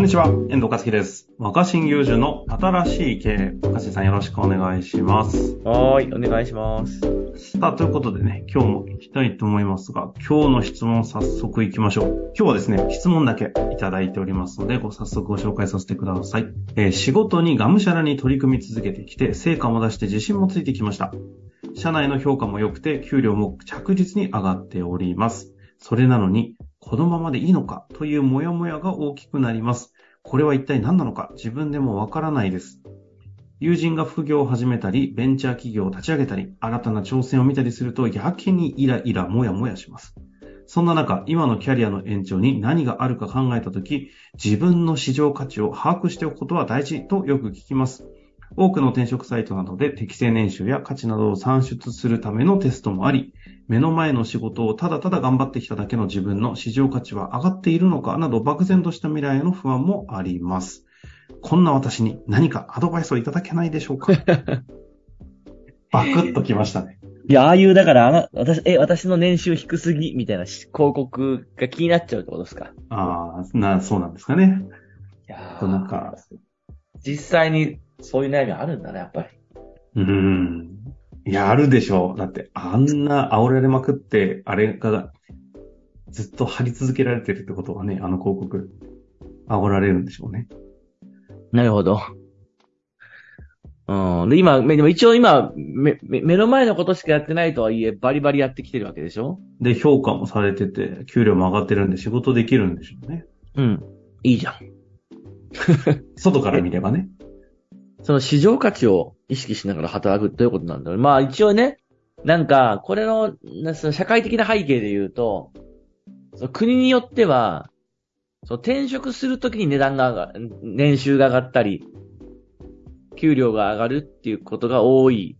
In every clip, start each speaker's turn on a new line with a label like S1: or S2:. S1: にちは、遠藤和樹です。若新友人の新しい経営。若新さんよろしくお願いします。
S2: はーい、お願いします。
S1: さあ、ということでね、今日も行きたいと思いますが、今日の質問早速行きましょう。今日はですね、質問だけいただいておりますので、ご早速ご紹介させてください。えー仕事にがむしゃらに取り組み続けてきて、成果も出して自信もついてきました。社内の評価も良くて、給料も着実に上がっております。それなのに、このままでいいのかというモヤモヤが大きくなります。これは一体何なのか自分でもわからないです。友人が副業を始めたり、ベンチャー企業を立ち上げたり、新たな挑戦を見たりすると、やけにイライラ、モヤモヤします。そんな中、今のキャリアの延長に何があるか考えたとき、自分の市場価値を把握しておくことは大事とよく聞きます。多くの転職サイトなどで適正年収や価値などを算出するためのテストもあり、目の前の仕事をただただ頑張ってきただけの自分の市場価値は上がっているのかなど漠然とした未来への不安もあります。こんな私に何かアドバイスをいただけないでしょう かバクッときましたね。
S2: いや、ああいう、だから、あな、私、え、私の年収低すぎ、みたいなし広告が気になっちゃうってことですか
S1: ああ、な、そうなんですかね。
S2: いや
S1: となんか、
S2: 実際にそういう悩みあるんだね、やっぱり。
S1: うん。いや、あるでしょう。だって、あんな煽られまくって、あれが、ずっと貼り続けられてるってことはね、あの広告、煽られるんでしょうね。
S2: なるほど。うん。で、今、めでも一応今め、め、目の前のことしかやってないとはいえ、バリバリやってきてるわけでしょ
S1: で、評価もされてて、給料も上がってるんで仕事できるんでしょうね。
S2: うん。いいじゃん。
S1: 外から見ればね。
S2: その市場価値を意識しながら働くということなんだよ。まあ一応ね、なんか、これの、なその社会的な背景で言うと、その国によっては、その転職するときに値段が上が、年収が上がったり、給料が上がるっていうことが多い。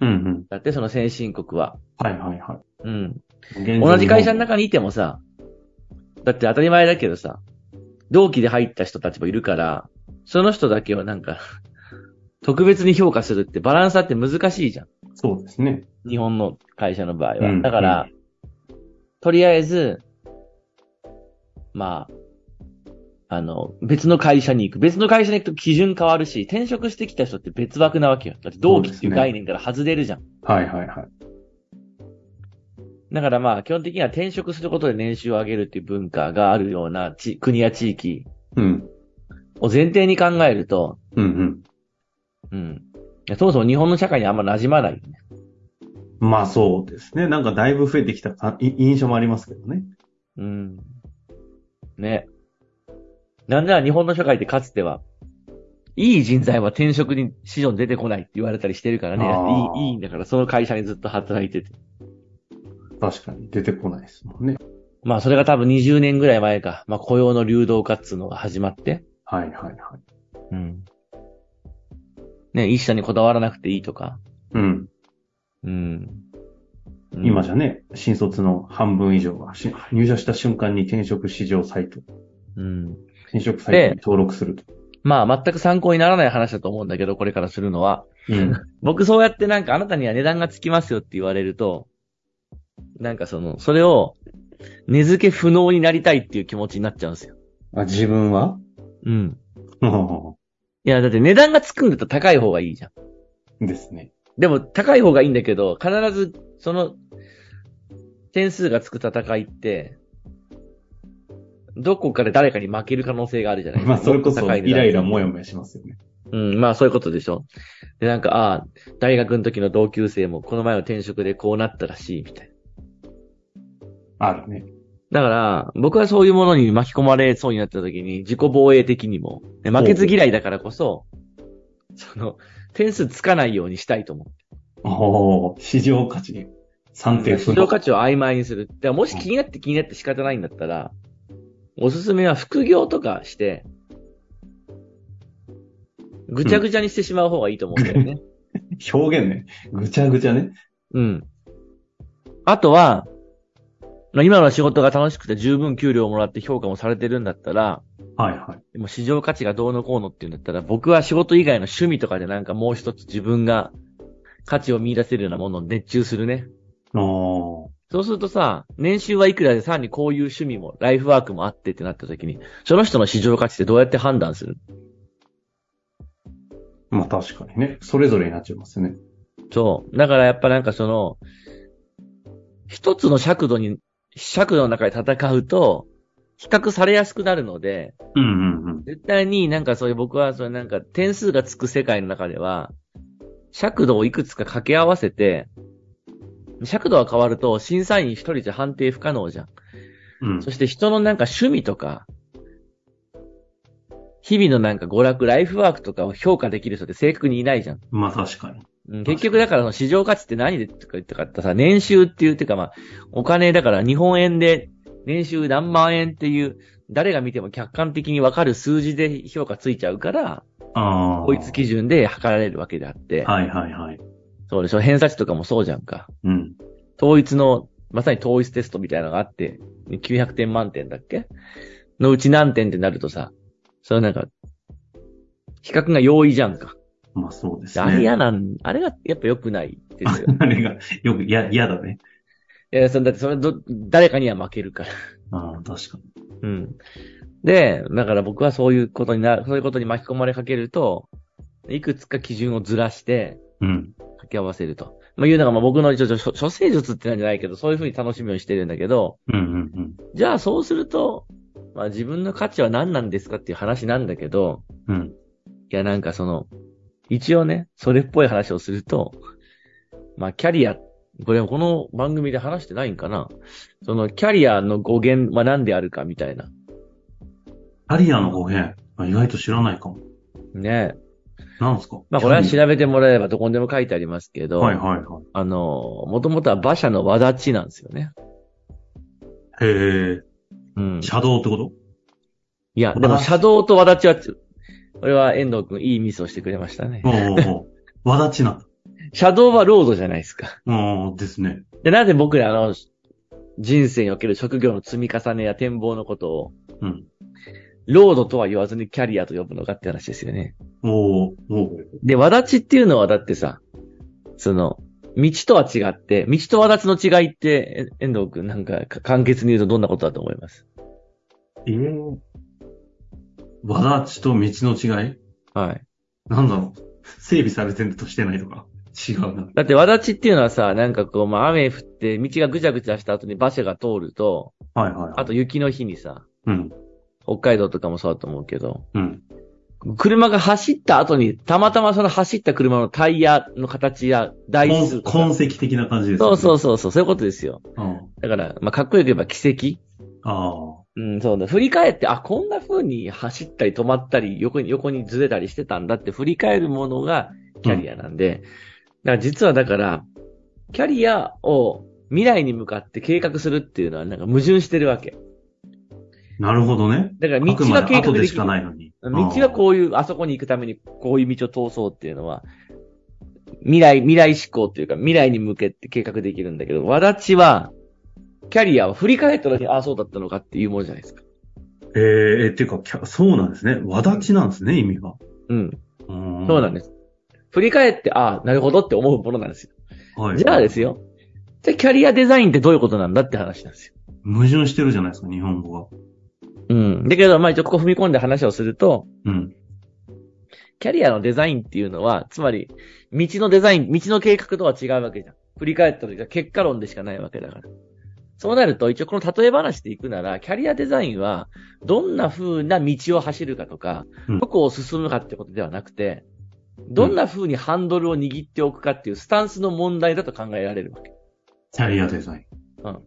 S1: うんうん。
S2: だって、その先進国は。
S1: はいはいは
S2: うん。
S1: い。
S2: 同じ会社の
S1: で。
S2: 中にいてもさ、だって当たり前だけどさ、同期で入った人たちもいるから、その人だけはなんか、 特別に評価するってバランスあって難しいじゃん。
S1: そうですね。
S2: 日本の会社の場合
S1: う
S2: は。
S1: ん
S2: だから、とりあえず、まあ、あの、別の会社に行く。別の会社に行くと基準変わるし、転職してきた人って別枠なわけよ。だって同期っていう概念から外れるじゃん。
S1: はいはいはい。
S2: だからまあ、基本的には転職することで年収を上げるっていう文化があるようなち国や地域
S1: うん。
S2: を前提に考えると、
S1: うんうん。
S2: うん。いやそもそも日本の社会にあんま馴染まないよね。
S1: まあそうですね。なんかだいぶ増えてきたかい印象もありますけどね。
S2: うん。ね。なんなら日本の社会ってかつては、いい人材は転職に、市場に出てこないって言われたりしてるからね
S1: あー。
S2: いい、いいんだから、その会社にずっと働いてて。
S1: 確かに出てこないですもんね。
S2: まあ、それが多分20年ぐらい前か。まあ、雇用の流動化っつうのが始まって。
S1: はいはいはい。
S2: うん。ね、一社にこだわらなくていいとか。
S1: うん。
S2: うん。
S1: 今じ
S2: ゃ。
S1: ゃね、新卒の半分以上がし入社した瞬間に転職市場サイト、
S2: うん。
S1: 転職サイトに登録すると。
S2: まあ、全く参考にならない話だと思うんだけど、これからするのは。
S1: うん。
S2: 僕そうやってなんかあなたには値段がつきますよって言われると、なんかその、それを、根付け不能になりたいっていう気持ちになっちゃうんですよ。
S1: あ自分は
S2: うん。いや、だって値段がつくんだったら高い方がいいじゃ ん。
S1: ですね。
S2: でも、高い方がいいんだけど、必ず、その、点数がつく戦いって、どこかで誰かに負ける可能性があるじゃない
S1: まあ、それこそ
S2: 高い値
S1: イ
S2: 段
S1: ライラもやもやしますよね。
S2: うん、まあそういうことでしょ。で、なんか、ああ、大学の時の同級生もこの前の転職でこうなったらしい、みたい
S1: あるね。
S2: な。だから、僕はそういうものに巻き込まれそうになった時に、自己防衛的にも、で負けず嫌いだからこそ、その、点数つかないようにしたいと思う。
S1: おー市場価値算定不
S2: 市
S1: 能
S2: 場価値を曖昧にする。だからもし気になって気になって仕方ないんだったら、おすすめは副業とかして、ぐちゃぐちゃにしてしまう方がいいと思うんだよね。
S1: 表現ね。ぐちゃぐちゃね。
S2: うん。あとは、まあ今の仕事が楽しくて十分給料をもらって評価もされてるんだったら、
S1: はいはい。
S2: でも市場価値がどうのこうのっていうんだったら、僕は仕事以外の趣味とかでなんかもう一つ自分が価値を見出せるようなものを熱中するね。
S1: お
S2: そうするとさ、年収はいくらでさらにこういう趣味も、ライフワークもあってってなった時に、その人の市場価値ってどうやって判断する
S1: まあ確かにね。それぞれになっちゃいますよね。
S2: そう。だからやっぱなんかその、一つの尺度に、尺度の中で戦うと、比較されやすくなるので、
S1: うんうんうん。
S2: 絶対になんかそういう僕はそれなんか点数がつく世界の中では、尺度をいくつか掛け合わせて、尺度が変わると審査員一人じゃ判定不可能じゃん。
S1: うん
S2: そして人のなんか趣味とか、日々のなんか娯楽、ライフワークとかを評価できる人って正確にいないじゃん。
S1: まあ確かに。
S2: うん結局だからその市場価値って何でとか言ったかってさ、年収っていう、てかまあ、お金だから日本円で年収何万円っていう、誰が見ても客観的にわかる数字で評価ついちゃうから、
S1: ああ。
S2: こいつ基準で測られるわけであって、
S1: はいはいはい。
S2: そうでしょ、偏差値とかもそうじゃんか。
S1: うん。
S2: 統一の、まさに統一テストみたいなのがあって、900点満点だっけのうち何点ってなるとさ、そのなんか、比較が容易じゃんか。
S1: まあそうですね。
S2: あれ嫌なん、あれがやっぱ良くないですよ。
S1: あれが、よく、や、嫌だね。
S2: いや、そのだってそれど、誰かには負けるから。
S1: ああ、確かに。
S2: うん。で、だから僕はそういうことにな、そういうことに巻き込まれかけると、いくつか基準をずらして、
S1: うん。
S2: 掛け合わせると。まあ、いうのが、まあ、僕の一応、諸諸生術ってなんじゃないけど、そういうふうに楽しみをしてるんだけど、
S1: うんうんうん。
S2: じゃあそうすると、まあ、自分の価値は何なんですかっていう話なんだけど、
S1: うん。
S2: いや、なんかその、一応ね、それっぽい話をすると、まあ、キャリア、これ、この番組で話してないんかなその、キャリアの語源は何であるかみたいな。
S1: キャリアの語源。あ意外と知らないかも。
S2: ね
S1: なんですか
S2: まあ、これは
S1: キャリ
S2: 調べてもらえればどこにでも書いてありますけ
S1: ア
S2: ど、
S1: はいはいはい。
S2: あの、もともとは馬車の和立ちなんですよね。
S1: へ
S2: うん
S1: え、。車道ってこと
S2: いや、でも、車道と和立ちはつ、これは遠藤くん、いいミスをしてくれましたね。
S1: おうおうおう。 わだちな。
S2: 車道はロードじゃないですか。
S1: うん、ですね。
S2: で、なぜ僕らあの、人生における職業の積み重ねや展望のことを、
S1: うん。
S2: ロードとは言わずにキャリアと呼ぶのかって話ですよね。
S1: おうおう
S2: で、わだちっていうのはだってさ、その、道とは違って、道とわだちの違いって、え遠藤くんなんかか簡潔に言うとどんなことだと思います
S1: ええわだちと道の違い
S2: はい。
S1: なんだろう。整備されてるとしてないとか。違うな。
S2: だってわだちっていうのはさ、なんかこう、まあ雨降って道がぐちゃぐちゃした後に馬車が通ると、
S1: はいはい。
S2: あと雪の日にさ、
S1: うん。
S2: 北海道とかもそうだと思うけど、
S1: うん。
S2: 車が走った後に、たまたまその走った車のタイヤの形や台数
S1: 痕
S2: とか
S1: 痕跡的な感じです、。
S2: そうそううそうそう、そういうことですよ。
S1: うん、
S2: だから、まあ、かっこよく言えば奇跡。
S1: あ
S2: うん、そうだ。振り返って、あ、こんな風に走ったり止まったり、横に、横にずれたりしてたんだって振り返るものがキャリアなんで、だから実はだから、キャリアを未来に向かって計画するっていうのはなんか矛盾してるわけ。
S1: あ。なるほどね。
S2: だから道
S1: あくま
S2: は
S1: で
S2: 計
S1: 後
S2: 画
S1: で
S2: で
S1: し
S2: き
S1: か
S2: る。
S1: ないのに。
S2: 道はこういう、あそこに行くためにこういう道を通そうっていうのは、未来、未来志向というか、未来に向けて計画できるんだけど、わだちは、キャリアを振り返った時に、ああ、そうだったのかっていうものじゃないですか。
S1: うん。えー、えっていうかキャ、そうなんですね。わだちなんですね、意味が。
S2: うん。
S1: うん
S2: そうなん
S1: で
S2: です。振り返って、ああ、なるほどって思うものなんですよ。
S1: す。はい。。
S2: じゃあですすよ。じゃあキャリアデザインってどういうことなんだって話なんですよ。
S1: 矛盾してるじゃないですか、日本語
S2: うん。だけど、まあ一応ここ踏み込んで話をすると、
S1: が。うん。
S2: キャリアのデザインっていうのは、つまり、道のデザイン、道の計画とは違うわけじゃん。振り返った時は結果論でしかないわけだから。そうなると、一応この例え話でいくなら、キャリアデザインは、どんな風な道を走るかとか
S1: うん、
S2: どこを進むかってことではなくて、どんな風にハンドルを握っておくかっていうスタンスの問題だと考えられるわけ。
S1: キャリアデザイン。うん。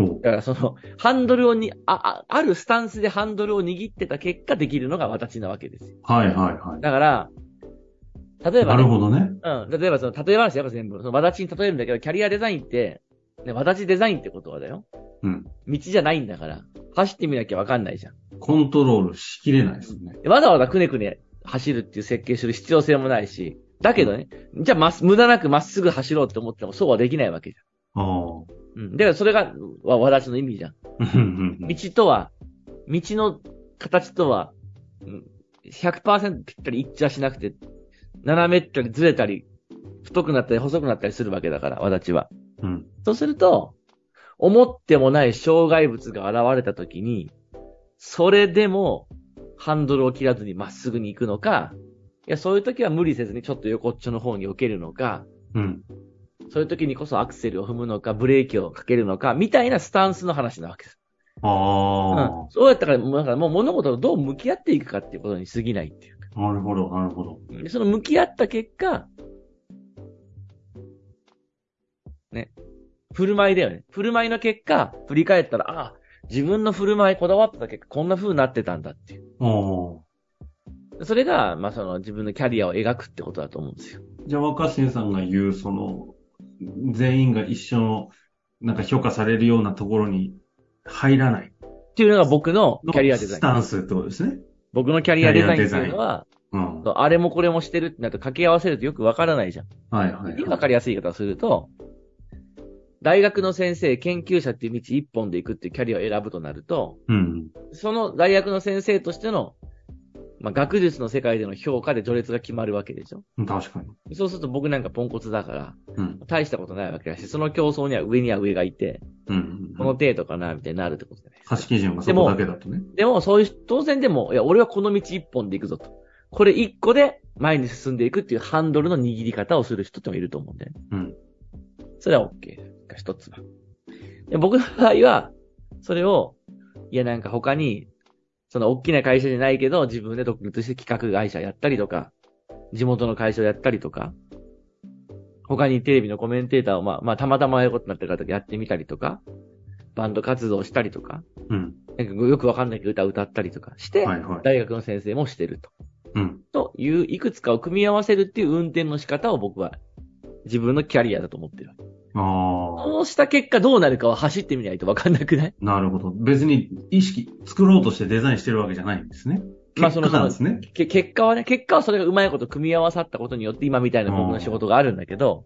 S1: お
S2: だからその、ハンドルをに、あ、ああるスタンスでハンドルを握ってた結果できるのが私なわけですよ。
S1: はいはいは
S2: だから、例え
S1: い。な
S2: ばね、
S1: るほどね。
S2: うん。例えば、その、例え話やっぱ全部、その、わだちに例えるんだけど、キャリアデザインって、ね、わだちデザインってことはだよ。
S1: うん。
S2: 道じゃないんだから、走ってみなきゃわかんないじゃん。
S1: コントロールしきれないですね。
S2: わざわざくねくね走るっていう設計する必要性もないし、だけどね、じゃあ、まっす、無駄なくまっすぐ走ろうって思っても、そうはできないわけじ
S1: ああ。
S2: ゃん。うん。だから、それが、わ、わだちの意味じゃん。
S1: うんうんうん
S2: 道とは、道の形とは、うん100%ぴったり一致はしなくて、斜めったりずれたり、太くなったり細くなったりするわけだから、わだちは。
S1: うん。
S2: そうすると、思ってもない障害物が現れた時に、それでもハンドルを切らずにまっすぐに行くのか、いや、そういう時は無理せずにちょっと横っちょの方に避けるのか、
S1: うん。
S2: そういう時にこそアクセルを踏むのか、ブレーキをかけるのか、みたいなスタンスの話なわけです。う
S1: あ
S2: ん、そうやったから、もうなんかもう物事とどう向き合っていくかっていうことに過ぎないっていうか。
S1: あ、なるほど、なるほど。
S2: でその向き合った結果、ね、振る舞いだよね。振る舞いの結果、振り返ったら、ああ、自分の振る舞いこだわってた結果、こんな風になってたんだっていう。
S1: お
S2: それが、まあ、その自分のキャリアを描くってことだと思うんですよ。
S1: ーじゃあ若新さんが言う、その、全員が一緒の、なんか評価されるようなところに入らない
S2: っていうのが僕の
S1: の
S2: キャリアデザイ
S1: ス
S2: ン。
S1: タンスってことですね。
S2: 僕のキャリアデザインっていうのは、
S1: うん。
S2: そうあれもこれもしてるってなると掛け合わせるとよくわからないじゃん。
S1: はいはい、
S2: わ
S1: は
S2: かりやすい言い方をすると、大学の先生、研究者っていう道一本で行くっていうキャリアを選ぶとなると、
S1: い。うん。
S2: その大学の先生としての、まあ、学術の世界での評価で序列が決まるわけでしょ。
S1: 確かに。
S2: そうすると僕なんかポンコツだから、
S1: うん。
S2: 大したことないわけだし、その競争には上には上がいて、
S1: うん。
S2: この程度かな、みたいになるってことじゃないですか。
S1: 貸し基準がそこだけだとね。
S2: でも、そういう、当然でも、いや、俺はこの道一本で行くぞと。これ一個で前に進んでいくっていうハンドルの握り方をする人ってもいると思うんだよね。
S1: うん。
S2: それは OK が一つは。で僕の場合は、それを、いや、なんか他に、その大きな会社じゃないけど、自分で独立して企画会社やったりとか、地元の会社をやったりとか、他にテレビのコメンテーターを、まあ、まあ、たまたまやることになってる方やってみたりとか、バンド活動したりとか、
S1: うん。
S2: なんかよくわかんないけど歌歌ったりとかして、
S1: はいはい。
S2: 大学の先生もしてると。
S1: うん。
S2: という、いくつかを組み合わせるっていう運転の仕方を僕は自分のキャリアだと思ってる。
S1: ああ、
S2: そうした結果どうなるかは走ってみないとわかんなくない
S1: なるほど。別に意識、作ろうとしてデザインしてるわけじゃないんですね。
S2: まあ
S1: 結
S2: そ
S1: 果
S2: の
S1: なんですね。
S2: け結果はね、結果はそれがうまいこと組み合わさったことによって今みたいな僕の仕事があるんだけど、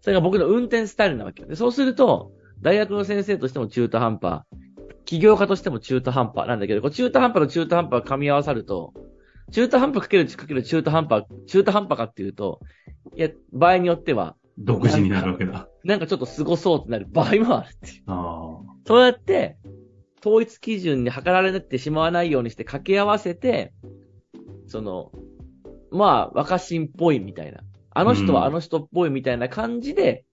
S2: それが僕の運転スタイルなわけよ。で、そうすると、大学の先生としても中途半端、起業家としても中途半端なんだけど、こう中途半端の中途半端が噛み合わさると、中途半端かけるかける中途半端、中途半端かっていうと、いや、場合によっては、
S1: 独自になるわけだ。
S2: なんかちょっと凄そうってなる場合もあるっていう。
S1: ああ。
S2: そうやって、統一基準に測られてしまわないようにして掛け合わせて、その、まあ、若新っぽいみたいな。あの人
S1: うん
S2: はあの人っぽいみたいな感じで、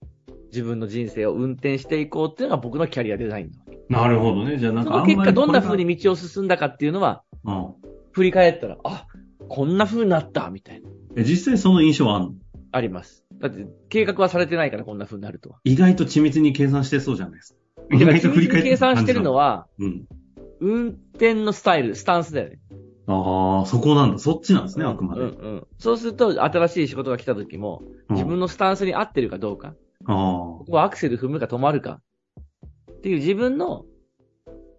S2: 自分の人生を運転していこうっていうのが僕のキャリアデザインなわけ
S1: なるほどね。じゃあなん
S2: そ
S1: かあん
S2: の
S1: まり
S2: 結果どんな風
S1: こ
S2: に道を進んだかっていうのは、
S1: れが。うん
S2: 振り返ったら、あ、こんな風になった、みたいな。
S1: え実際その印象はあんの
S2: あります。だって、計画はされてないからこんな風になるとは。
S1: 意外と緻密に計算してそうじゃないですか。意
S2: だから
S1: 外と振り返って
S2: 計算してるの
S1: は。
S2: は、
S1: うん。
S2: 運転のスタイル、スタンスだよね。
S1: ああ、そこなんだ。そっちなんですね、あくま
S2: う
S1: で
S2: ん。うん。そうすると、新しい仕事が来た時も、自分のスタンスに合ってるかどうか、
S1: ああ
S2: ここはアクセル踏むか止まるか、っていう自分の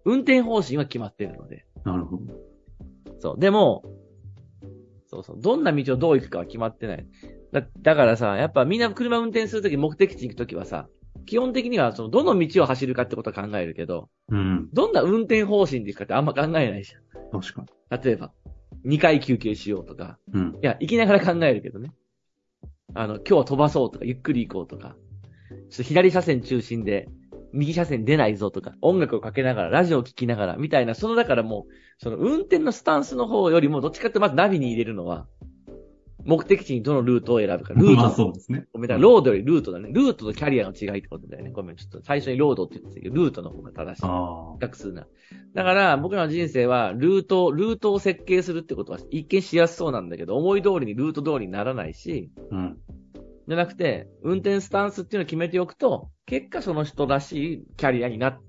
S2: 運転方針は決まってるので。
S1: ー、なるほど。
S2: そう。でも、そうそう。どんな道をどう行くかは決まってない。だだからさ、やっぱみんな車運転するとき、目的地に行くときはさ、基本的にはそのどの道を走るかってことは考えるけど、
S1: うん。
S2: どんな運転方針で行くかってあんま考えないじ
S1: 確か
S2: ゃん。例えば、2回休憩しようとか、
S1: に。うん。
S2: いや、行きながら考えるけどね。あの、今日は飛ばそうとか、ゆっくり行こうとか、ちょっと左車線中心で、右車線出ないぞとか、音楽をかけながら、ラジオを聴きながら、みたいな、そのだからもう、その運転のスタンスの方よりも、どっちかってまずナビに入れるのは、目的地にどのルートを選ぶか、ルート、
S1: まあそうですね。
S2: ごめんだからロードよりルートだね。ルートとキャリアの違いってことだよね。ごめん、ちょっと最初にロードって言ってたけど、ルートの方が正しい。
S1: ああ。
S2: 学数な。だから、僕らの人生は、ルートを、ルートを設計するってことは、一見しやすそうなんだけど、思い通りにルート通りにならないし、
S1: うん。
S2: じゃなくて、運転スタンスっていうのを決めておくと、結果その人らしいキャリアになっ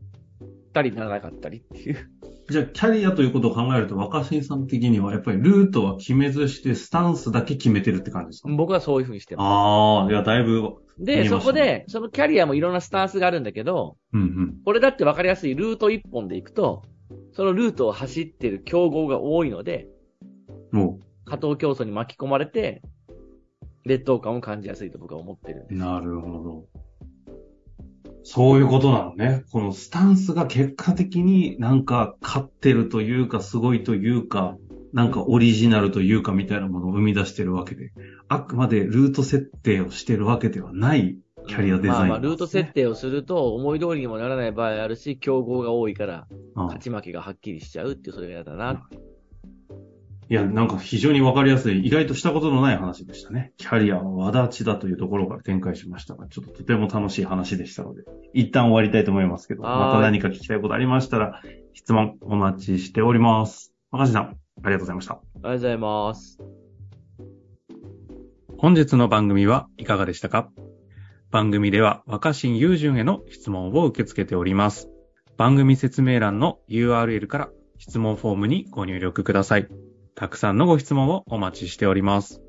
S2: たりならなかったりっていう。
S1: じゃあ、キャリアということを考えると、若新さん的には、やっぱりルートは決めずして、スタンスだけ決めてるって感じですか
S2: 僕はそういうふうにしてます。
S1: ああ、いや、だいぶ、見えま
S2: で、
S1: した
S2: そこで、そのキャリアもいろんなスタンスがあるんだけど、
S1: うんうん。
S2: これだって分かりやすいルート一本で行くと、そのルートを走ってる競合が多いので、
S1: も
S2: 過当競争に巻き込まれて、劣等感を感じやすいと僕は思ってるんです
S1: う、なるほど。そういうことなのね。このスタンスが結果的になんか勝ってるというか、すごいというか、なんかオリジナルというかみたいなものを生み出してるわけで、あくまでルート設定をしてるわけではないキャリアデザイン、
S2: まあまあ、ルート設定をすると思い通りにもならない場合あるし、競合が多いから、
S1: あ
S2: 勝ち負けがはっきりしちゃうっていう、それが嫌だな。
S1: いや、なんか非常にわかりやすい、意外としたことのない話でしたね。キャリアはわだちだというところから展開しましたが、ちょっととても楽しい話でしたので、一旦終わりたいと思いますけど、
S2: はい
S1: また何か聞きたいことありましたら、質問お待ちしております。若新さん、ありがとうございました。
S2: ありがとうございます。
S1: 本日の番組はいかがでしたか番組では若新雄純への質問を受け付けております。番組説明欄の URL から質問フォームにご入力ください。たくさんのご質問をお待ちしております。